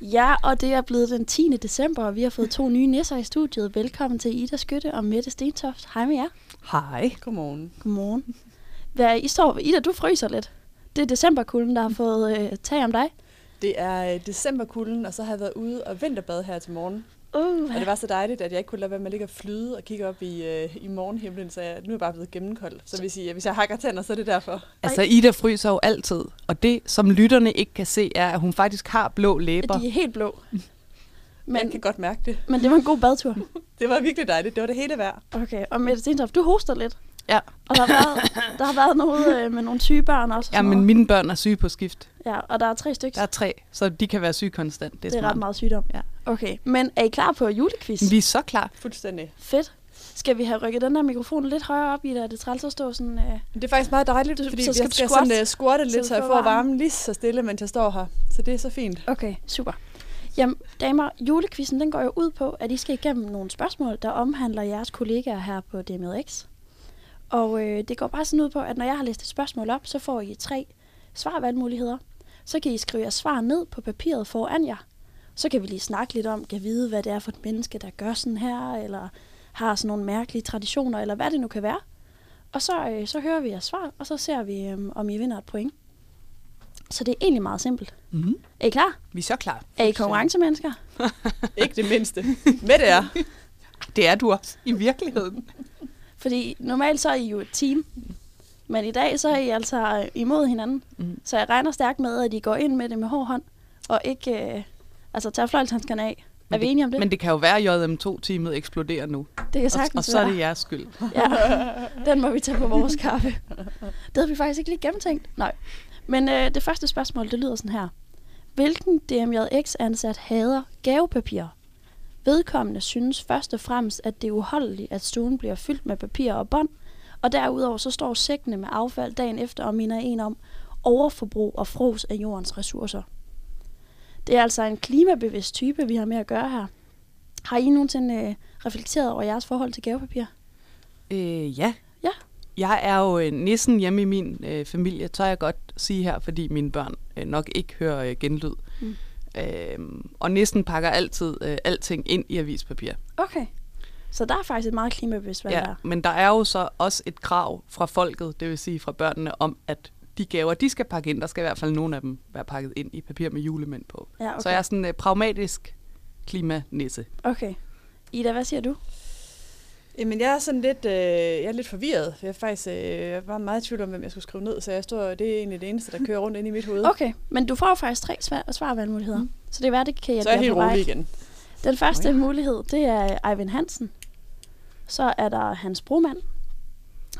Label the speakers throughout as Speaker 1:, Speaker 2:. Speaker 1: Ja, og det er blevet den 10. december, og vi har fået to nye nisser i studiet. Velkommen til Ida Skytte og Mette Stentoft. Hej med jer.
Speaker 2: Hej.
Speaker 3: Godmorgen.
Speaker 1: Godmorgen. Hvad, I står, Ida, du fryser lidt. Det er decemberkulden, der har fået øh, tag om dig.
Speaker 3: Det er øh, decemberkulden, og så har jeg været ude og vinterbade her til morgen.
Speaker 1: Uh,
Speaker 3: Og det var så dejligt, at jeg ikke kunne lade være med at ligge og flyde og kigge op i, øh, i morgenhimlen, så jeg, nu er jeg bare blevet gennemkold. Så hvis, I, hvis jeg hakker tænder, så er det derfor.
Speaker 2: Altså, Ida fryser jo altid. Og det, som lytterne ikke kan se, er, at hun faktisk har blå læber.
Speaker 1: de er helt blå.
Speaker 3: Men jeg kan
Speaker 1: Men,
Speaker 3: godt mærke det.
Speaker 1: men det var en god badtur.
Speaker 3: Det var virkelig dejligt. Det var det hele værd.
Speaker 1: Okay, og Mette Stentoft, du hoster lidt.
Speaker 2: Ja.
Speaker 1: Og der har været, der har været noget øh, med nogle syge børn også. Og
Speaker 2: Ja,
Speaker 1: sådan
Speaker 2: men
Speaker 1: noget.
Speaker 2: mine børn er syge på skift.
Speaker 1: ja, og der er tre stykker.
Speaker 2: Der er tre, så de kan være syge konstant. Det er,
Speaker 1: det er
Speaker 2: smart.
Speaker 1: ret meget sygdom.
Speaker 2: Ja.
Speaker 1: Okay, men er I klar på julequiz?
Speaker 2: Vi er så klar.
Speaker 3: Fuldstændig.
Speaker 1: Fedt. Skal vi have rykket den der mikrofon lidt højere op i det, er det træls at stå sådan... Øh...
Speaker 3: Men det er faktisk meget dejligt,
Speaker 1: Du-
Speaker 3: fordi
Speaker 1: så
Speaker 3: så
Speaker 1: skal
Speaker 3: skal
Speaker 1: du
Speaker 3: jeg skal
Speaker 1: squatte,
Speaker 3: sådan, uh, squatte
Speaker 1: så
Speaker 3: lidt,
Speaker 1: du
Speaker 3: så jeg
Speaker 1: får
Speaker 3: får
Speaker 1: varmen.
Speaker 3: varmen lige så stille, mens jeg står her. Så det er så fint.
Speaker 1: Okay, super. Jamen, damer, julekvisten den går jo ud på, at I skal igennem nogle spørgsmål, der omhandler jeres kollegaer her på DMX. Og øh, det går bare sådan ud på, at når jeg har læst et spørgsmål op, så får I tre svarvalgmuligheder. Så kan I skrive jeres svar ned på papiret foran jer. Så kan vi lige snakke lidt om, kan vide, hvad det er for et menneske, der gør sådan her, eller har sådan nogle mærkelige traditioner, eller hvad det nu kan være. Og så, øh, så hører vi jeres svar, og så ser vi, øh, om I vinder et point. Så det er egentlig meget simpelt.
Speaker 2: Mm-hmm.
Speaker 1: Er I klar?
Speaker 2: Vi er så klar.
Speaker 1: Er I konkurrencemennesker?
Speaker 3: Ikke det mindste. Med det er.
Speaker 2: Det er du også i virkeligheden.
Speaker 1: Fordi normalt så er I jo et team, men i dag så er I altså øh, imod hinanden. Mm.
Speaker 2: Mm.
Speaker 1: Så jeg regner stærkt med, at I går ind med det med hård hånd, og ikke øh, altså tager fløjlshandskerne af. Er vi enige om det?
Speaker 2: Men det kan jo være, at JM2-teamet eksploderer nu.
Speaker 1: det kan
Speaker 2: Og,
Speaker 1: sagtens
Speaker 2: og så er
Speaker 1: være.
Speaker 2: det jeres skyld.
Speaker 1: Ja, den må vi tage på vores kaffe. Det havde vi faktisk ikke lige gennemtænkt. Nej. Men øh, det første spørgsmål, det lyder sådan her. Hvilken DMJX-ansat hader gavepapirer? Vedkommende synes først og fremmest, at det er uholdeligt, at stuen bliver fyldt med papir og bånd, og derudover så står sækkene med affald dagen efter og minder en om overforbrug og fros af jordens ressourcer. Det er altså en klimabevidst type, vi har med at gøre her. Har I nogensinde øh, reflekteret over jeres forhold til gavepapir?
Speaker 2: Øh, ja.
Speaker 1: Ja.
Speaker 2: Jeg er jo øh, nissen hjemme i min øh, familie, tør jeg godt sige her, fordi mine børn øh, nok ikke hører øh, genlyd.
Speaker 1: Mm.
Speaker 2: Mm. Øh, og nissen pakker altid øh, alting ind i avispapir.
Speaker 1: Okay. Så der er faktisk et meget klimabevidst valg
Speaker 2: Ja,
Speaker 1: der.
Speaker 2: men der er jo så også et krav fra folket, det vil sige fra børnene, om at de gaver, de skal pakke ind, der skal i hvert fald nogle af dem være pakket ind i papir med julemænd på.
Speaker 1: Ja, okay.
Speaker 2: Så jeg er sådan øh, pragmatisk klimanisse.
Speaker 1: Okay. Ida, hvad siger du?
Speaker 3: Jamen, jeg er sådan lidt, øh, jeg er lidt forvirret. for Jeg er faktisk øh, jeg var meget i tvivl om, hvem jeg skulle skrive ned, så jeg står, det er egentlig det eneste, der kører rundt inde i mit hoved.
Speaker 1: Okay, men du får jo faktisk tre svar- svarvalgmuligheder. Mm. Så det er værd, det kan jeg
Speaker 3: så er jeg helt rolig igen.
Speaker 1: Den første mulighed, det er øh, Eivind Hansen. Så er der Hans Broman.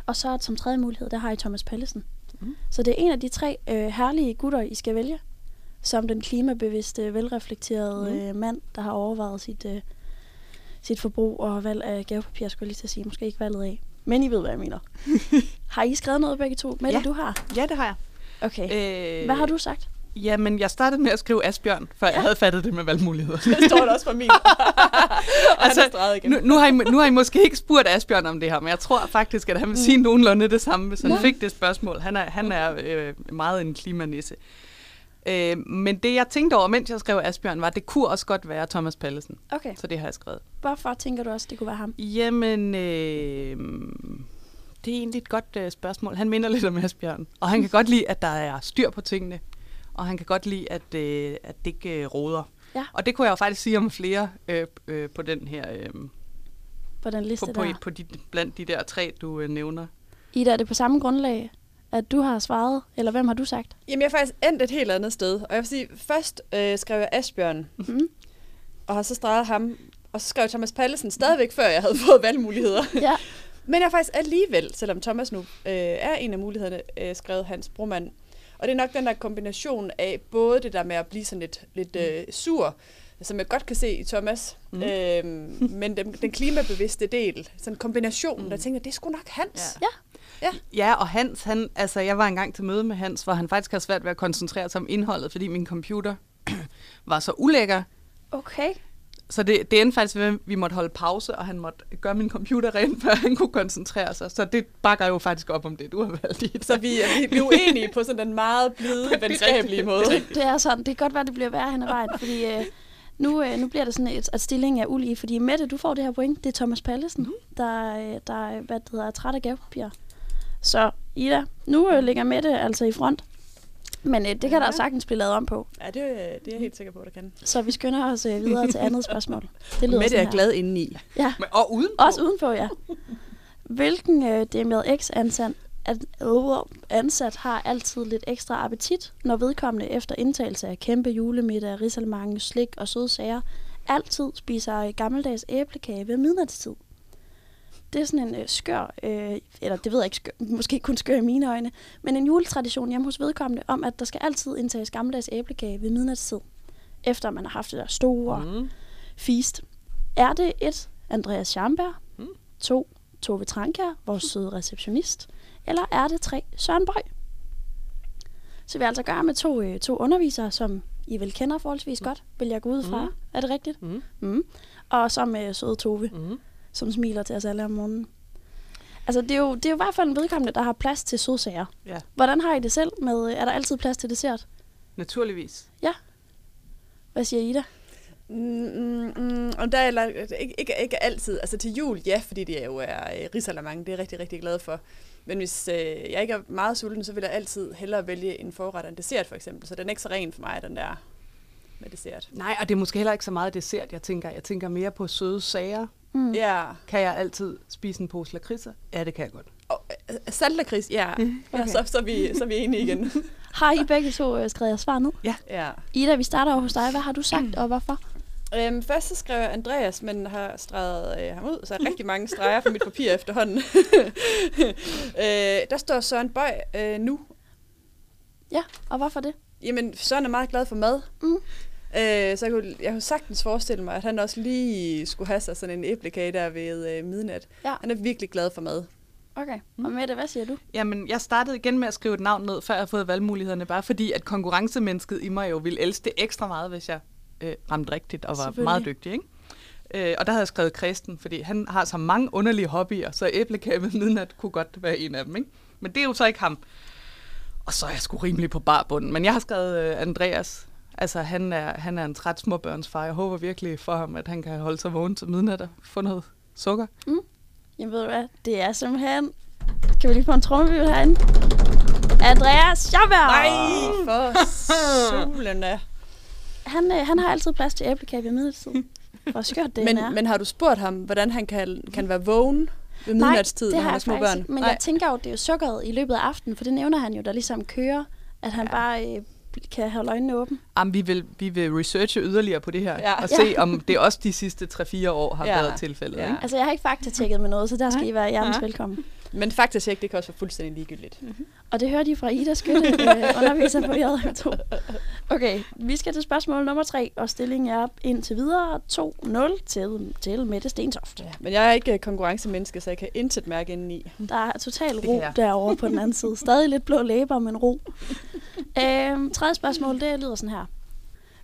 Speaker 1: Og så som tredje mulighed, der har I Thomas Pallesen. Mm.
Speaker 2: Mm.
Speaker 1: Så det er en af de tre øh, herlige gutter, I skal vælge. Som den klimabevidste, velreflekterede
Speaker 2: Mhm.
Speaker 1: mm. øh, mand, der har overvejet sit, øh, sit forbrug og valg af gavepapir, skulle jeg lige til at sige. Måske ikke valget af. Men I ved, hvad jeg mener. har I skrevet noget begge to? Mette,
Speaker 2: Ja.
Speaker 1: du har?
Speaker 2: Ja, det har jeg.
Speaker 1: Okay. Øh.
Speaker 2: Øh,
Speaker 1: Hvad har du sagt?
Speaker 2: Jamen, jeg startede med at skrive Asbjørn, før jeg havde fattet det med valgmuligheder.
Speaker 3: Det står der også for min. altså, han er streget igen.
Speaker 2: nu, nu, har I, nu har I måske ikke spurgt Asbjørn om det her, men jeg tror faktisk, at han vil sige nogenlunde det samme, hvis han
Speaker 1: Ja.
Speaker 2: fik det spørgsmål. Han er, han er øh, meget en klimanisse. Øh, men det, jeg tænkte over, mens jeg skrev Asbjørn, var, at det kunne også godt være Thomas Pallesen.
Speaker 1: Okay.
Speaker 2: Så det har jeg skrevet.
Speaker 1: Hvorfor tænker du også, det kunne være ham?
Speaker 2: Jamen, øh, det er egentlig et godt øh, spørgsmål. Han minder lidt om Asbjørn. Og han kan godt lide, at der er styr på tingene. Og han kan godt lide, at, øh, at det ikke øh, roder.
Speaker 1: Ja.
Speaker 2: Og det kunne jeg jo faktisk sige om flere øh, øh, på den her... Øh,
Speaker 1: På den liste
Speaker 2: på,
Speaker 1: der.
Speaker 2: på, på de, blandt de der tre, du øh, nævner.
Speaker 1: Ida, er det på samme grundlag, at du har svaret? Eller hvem har du sagt?
Speaker 3: Jamen, jeg er faktisk endt et helt andet sted. Og jeg vil sige, først øh, skrev jeg Asbjørn,
Speaker 1: Mm.
Speaker 3: og har så streget ham. Og så skrev jeg Thomas Pallesen stadigvæk, før jeg havde fået valgmuligheder.
Speaker 1: Ja.
Speaker 3: Men jeg har faktisk alligevel, selvom Thomas nu øh, er en af mulighederne, øh, skrevet Hans Broman. Og det er nok den der kombination af både det der med at blive sådan lidt, lidt øh, sur, som jeg godt kan se i Thomas, mm. øh, men den, den klimabevidste del, sådan en kombination, mm. der tænker, det er sgu nok Hans.
Speaker 1: Ja.
Speaker 2: Ja, og Hans, han, altså jeg var engang til møde med Hans, hvor han faktisk har svært ved at koncentrere sig om indholdet, fordi min computer var så ulækker,
Speaker 1: Okay.
Speaker 2: Så det, det endte faktisk ved, at vi måtte holde pause, og han måtte gøre min computer ren, før han kunne koncentrere sig. Så det bakker jo faktisk op om det, du har valgt i.
Speaker 3: Så vi er, vi, vi er uenige på sådan en meget blide, venskabelige måde.
Speaker 1: Det er sådan. Det kan godt være, det bliver værre hen ad vejen, fordi øh, nu, øh, nu bliver det sådan, et, at stillingen er ulige. Fordi Mette, du får det her point. Det er Thomas Pallesen, mm. der, øh, der øh, hvad det hedder, er træt af gavepapirer. Så Ida, nu øh, ligger Mette altså i front. Men øh, det kan ja. der
Speaker 3: Ja.
Speaker 1: sagtens blive lavet om på.
Speaker 3: Ja, det, øh, det er jeg helt sikker på, der kan.
Speaker 1: Så vi skynder os øh, videre til andet spørgsmål. Det lyder
Speaker 4: Mette
Speaker 1: sådan
Speaker 4: er
Speaker 1: her.
Speaker 4: glad indeni.
Speaker 1: Ja.
Speaker 2: Men, og uden
Speaker 1: Også udenpå, ja. Hvilken øh, DMX ansat, at, øh, ansat har altid lidt ekstra appetit, når vedkommende efter indtagelse af kæmpe julemiddag, risalmange, slik og søde sager, altid spiser øh, gammeldags æblekage ved midnatstid. Det er sådan en øh, skør, øh, eller det ved jeg ikke, skør, måske kun skør i mine øjne, men en juletradition hjemme hos vedkommende om, at der skal altid indtages gammeldags æblekage ved midnatstid, efter man har haft det der store
Speaker 2: Mm.
Speaker 1: Feast. Er det et Andreas Schamberg?
Speaker 2: Mm.
Speaker 1: 2. Tove Trankær, vores søde receptionist? Eller er det 3. Søren Bøj? Så vi har altså at gøre med to, øh, to undervisere, som I vel kender forholdsvis godt, vil jeg gå ud fra.
Speaker 2: Mm.
Speaker 1: Er det rigtigt?
Speaker 2: Mm.
Speaker 1: Mm. Og så med søde Tove,
Speaker 2: Mm.
Speaker 1: som smiler til os alle om morgenen. Altså, det er, jo, det er jo i hvert fald en vedkommende, der har plads til sødsager.
Speaker 2: Ja,
Speaker 1: Hvordan har I det selv med, øh, er der altid plads til dessert?
Speaker 2: naturligvis.
Speaker 1: Hvad siger Ida?
Speaker 3: Mm, mm, mm, og der er lagt- ikke, ikke, ikke altid. Altså til jul, ja, fordi det jo er øh, risalamande. Det er jeg rigtig, rigtig glad for. Men hvis øh, jeg ikke er meget sulten, så vil jeg altid hellere vælge en forret og en dessert, for eksempel. Så den er ikke så ren for mig, den der med dessert.
Speaker 2: Nej, og det er måske heller ikke så meget dessert, jeg tænker. Jeg tænker mere på søde sager.
Speaker 1: Mm.
Speaker 3: Ja,
Speaker 2: Kan jeg altid spise en pose lakridser? Ja, det kan jeg godt.
Speaker 3: og, øh, saltlakrids, ja. Mm-hmm. Okay. ja
Speaker 1: Okay.
Speaker 3: så, så, er vi, så er vi enige igen.
Speaker 1: Har I begge to øh, skrevet jeres svar ned?
Speaker 3: ja.
Speaker 1: Ida, vi starter over hos dig. Hvad har du sagt, og hvorfor?
Speaker 3: Øhm, først så skrev jeg Andreas, men har streget øh, ham ud, så er rigtig mange streger på mit papir efterhånden. øh, der står Søren Bøj øh, nu.
Speaker 1: Ja, og hvorfor det?
Speaker 3: Jamen, Søren er meget glad for mad.
Speaker 1: Mm.
Speaker 3: Øh, så jeg kunne, jeg kunne sagtens forestille mig, at han også lige skulle have sig sådan en æblekage der ved øh, midnat.
Speaker 1: Ja.
Speaker 3: Han er virkelig glad for mad.
Speaker 1: Okay. Mm. Og Mette, hvad siger du?
Speaker 2: Jamen, jeg startede igen med at skrive et navn ned, før jeg havde fået valgmulighederne, bare fordi, at konkurrencemennesket i mig jo ville elske det ekstra meget, hvis jeg øh, ramte rigtigt og var
Speaker 1: Selvfølgelig.
Speaker 2: meget dygtig, ikke? Øh, og der havde jeg skrevet Kristen, fordi han har så mange underlige hobbyer, så æblekage ved midnat kunne godt være en af dem, ikke? Men det er jo så ikke ham. Og så er jeg sgu rimelig på barbunden. Men jeg har skrevet øh, Andreas. Altså, han er, han er en træt småbørnsfar. Jeg håber virkelig for ham, at han kan holde sig vågen til midnat og få noget sukker.
Speaker 1: Jamen ved du hvad, det er simpelthen... Kan vi lige få en trommebil herinde? Andreas Schabberg!
Speaker 3: Nej, for solen da.
Speaker 1: Han, øh, han har altid plads til æblekage ved midlertid. Hvor skørt det end er.
Speaker 3: Men, men har du spurgt ham, hvordan han kan, kan være vågen ved midnatstid,
Speaker 1: Nej,
Speaker 3: når
Speaker 1: det har
Speaker 3: han har
Speaker 1: jeg
Speaker 3: små
Speaker 1: faktisk
Speaker 3: børn?
Speaker 1: ikke, men
Speaker 3: Nej.
Speaker 1: jeg tænker jo, det er jo sukkeret i løbet af aftenen, for det nævner han jo, der ligesom kører, at han ja. bare øh, kan have øjnene åbne.
Speaker 2: Jamen, vi vil, vi vil researche yderligere på det her,
Speaker 3: Ja.
Speaker 2: ja. og
Speaker 1: Ja.
Speaker 2: se, om det også de sidste 3-4 år har
Speaker 3: Ja.
Speaker 2: ja. været tilfældet.
Speaker 3: Ja.
Speaker 2: Ja. Ikke?
Speaker 1: Altså, jeg har ikke faktatjekket med noget, så der skal I være hjertens
Speaker 2: Nej.
Speaker 1: velkommen.
Speaker 3: Men faktisk ikke, det kan også være fuldstændig ligegyldigt.
Speaker 1: Og det hørte I fra Ida Skytte, øh, underviser på JR2. Okay, vi skal til spørgsmål nummer 3, og stillingen er indtil videre 2-0 til, til Mette Stentoft. Ja.
Speaker 3: Men jeg er ikke øh, konkurrencemenneske, så jeg kan intet mærke indeni.
Speaker 1: Der er total
Speaker 2: Det
Speaker 1: ro
Speaker 2: kan jeg.
Speaker 1: derovre på den anden side. Stadig lidt blå læber, men ro. Øhm, tredje spørgsmål, det lyder sådan her.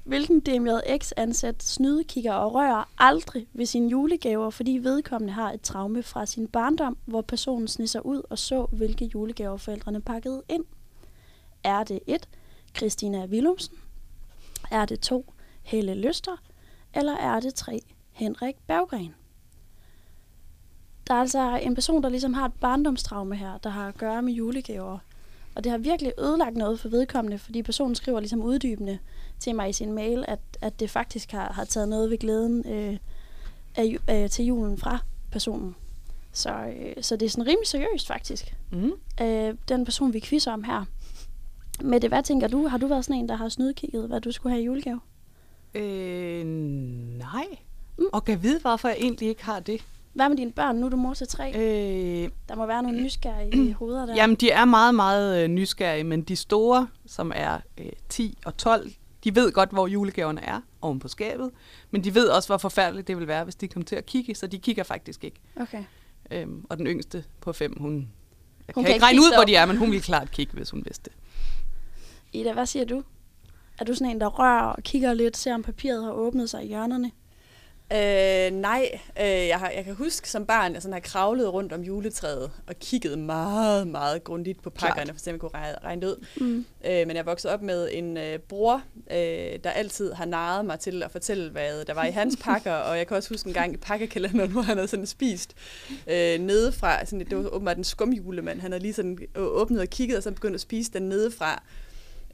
Speaker 1: Hvilken DMJX-ansat snydekigger og rører aldrig ved sine julegaver, fordi vedkommende har et traume fra sin barndom, hvor personen snisser ud og så, hvilke julegaver forældrene pakkede ind? Er det 1. Christina Willumsen? Er det 2. Helle Lyster? Eller er det 3. Henrik Berggren? Der er altså en person, der ligesom har et barndomstraume her, der har at gøre med julegaver. Og det har virkelig ødelagt noget for vedkommende, fordi personen skriver ligesom uddybende til mig i sin mail, at, at det faktisk har, har taget noget ved glæden øh, af, ju- øh, til julen fra personen. Så, øh, så det er sådan rimelig seriøst faktisk.
Speaker 2: Mm.
Speaker 1: Øh, den person, vi quizzer om her. Mette, hvad tænker du? Har du været sådan en, der har snydkigget, hvad du skulle have i julegave?
Speaker 2: Øh, nej.
Speaker 1: Mm.
Speaker 2: Mm. Og kan vide, hvorfor jeg egentlig ikke har det.
Speaker 1: Hvad med dine børn? Nu er du mor til tre.
Speaker 2: Øh,
Speaker 1: Der må være nogle nysgerrige hoveder der.
Speaker 2: Jamen, de er meget, meget øh, nysgerrige, men de store, som er øh, 10 og 12, de ved godt, hvor julegaverne er oven på skabet, men de ved også, hvor forfærdeligt det vil være, hvis de kommer til at kigge, så de kigger faktisk ikke.
Speaker 1: Okay.
Speaker 2: Øhm, og den yngste på 5, hun, hun
Speaker 1: kan
Speaker 2: kan, kan ikke
Speaker 1: ikke
Speaker 2: regne ud,
Speaker 1: kigge
Speaker 2: hvor
Speaker 1: op.
Speaker 2: de er, men hun ville klart kigge, hvis hun vidste det.
Speaker 1: Ida, hvad siger du? Er du sådan en, der rører og kigger lidt, ser om papiret har åbnet sig i hjørnerne?
Speaker 3: Øh, nej, øh, jeg, har, jeg kan huske som barn, jeg sådan har kravlet rundt om juletræet og kigget meget, meget grundigt på
Speaker 2: Klart.
Speaker 3: pakkerne, for eksempel kunne regne, regne det ud.
Speaker 1: Mm.
Speaker 3: Øh, men jeg er vokset op med en øh, bror, øh, der altid har naret mig til at fortælle, hvad der var i hans pakker, og jeg kan også huske en gang i pakkekalenderen, hvor han havde sådan spist øh, nedefra, sådan, det var åbenbart en skumjulemand, han havde lige sådan å- åbnet og kigget, og så begyndt at spise den nedefra.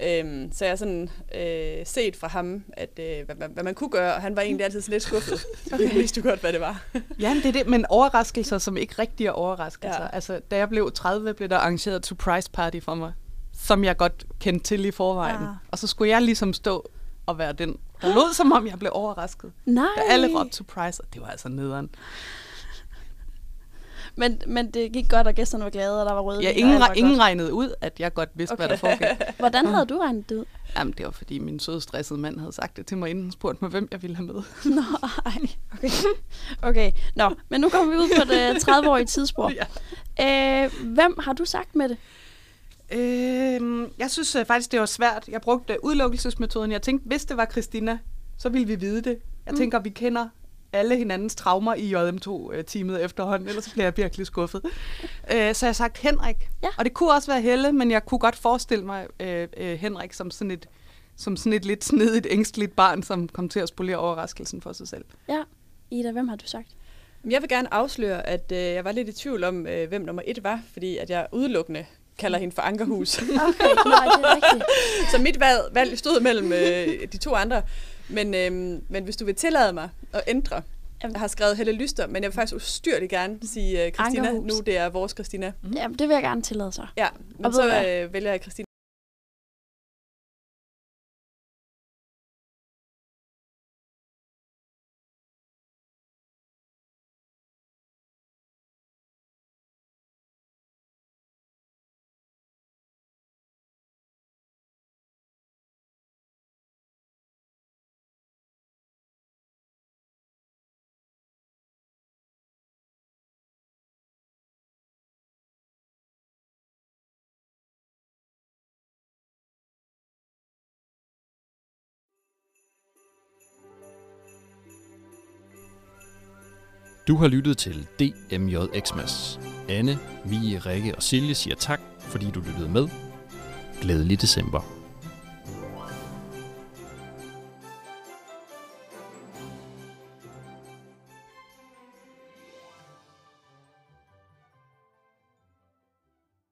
Speaker 3: Øhm, så jeg har sådan øh, set fra ham, at, øh, hvad, man- hvad man kunne gøre, og han var egentlig altid sådan lidt skuffet. okay. Det vidste du godt, hvad det var.
Speaker 2: Ja, men det er det, men overraskelser, som ikke rigtig er overraskelser. Ja.
Speaker 3: Ja.
Speaker 2: Altså, da jeg blev 30, blev der arrangeret et surprise party for mig, som jeg godt kendte til i forvejen.
Speaker 1: Ah.
Speaker 2: Ah. Og så skulle jeg ligesom stå og være den, der lød som om, jeg blev overrasket.
Speaker 1: Nej.
Speaker 2: Da alle råbte surprise, og det var altså nederen.
Speaker 1: Men, men det gik godt, og gæsterne var glade, og der var røde
Speaker 2: Ja,
Speaker 1: vin, og
Speaker 2: ingen,
Speaker 1: alt var
Speaker 2: re- ingen Mm.
Speaker 1: godt.
Speaker 2: regnede ud, at jeg godt vidste, altså okay. hvad der foregik.
Speaker 1: Hvordan havde du regnet det ud?
Speaker 2: Jamen, det var fordi min søde stressede mand havde sagt det til mig, inden han spurgte mig, hvem jeg ville have med.
Speaker 1: Nå, ej. Okay. okay. Nå, men nu kommer vi ud på det 30-årige tidsspor.
Speaker 2: Ja.
Speaker 1: Øh, hvem har du sagt med det?
Speaker 2: Øhm, jeg synes øh, faktisk, det var svært. Jeg brugte udelukkelsesmetoden. Jeg tænkte, hvis det var Christina, så ville vi vide det. Jeg
Speaker 1: Mm.
Speaker 2: mm. tænker, vi kender alle hinandens traumer i JM2-teamet øh, efterhånden, ellers så bliver jeg virkelig skuffet. Øh, så jeg har sagt Henrik.
Speaker 1: Ja.
Speaker 2: Og det kunne også være Helle, men jeg kunne godt forestille mig øh, øh, Henrik som sådan et som sådan et lidt snedigt, ængstligt barn, som kom til at spolere overraskelsen for sig selv.
Speaker 1: Ja. Ida, hvem har du sagt?
Speaker 3: Men Jeg vil gerne afsløre, at øh, jeg var lidt i tvivl om, øh, hvem nummer et var, fordi at jeg udelukkende kalder hende for Ankerhus.
Speaker 1: Okay, nej, det er rigtigt.
Speaker 3: Så mit valg, valg stod mellem øh, de to andre. Men, øh, men hvis du vil tillade mig at ændre,
Speaker 1: Jamen.
Speaker 3: jeg har skrevet Helle Lyster, men jeg vil faktisk ustyrligt gerne sige øh, Christina,
Speaker 1: Ankerhus.
Speaker 3: nu det er vores Christina.
Speaker 1: Jamen, det vil jeg gerne tillade sig.
Speaker 3: Ja,
Speaker 1: Og
Speaker 3: men
Speaker 1: ved du
Speaker 3: så
Speaker 1: hvad?
Speaker 3: øh, vælger jeg Christina.
Speaker 4: Du har lyttet til DMJ Xmas. Anne, Mie, Rikke og Silje siger tak, fordi du lyttede med. Glædelig december.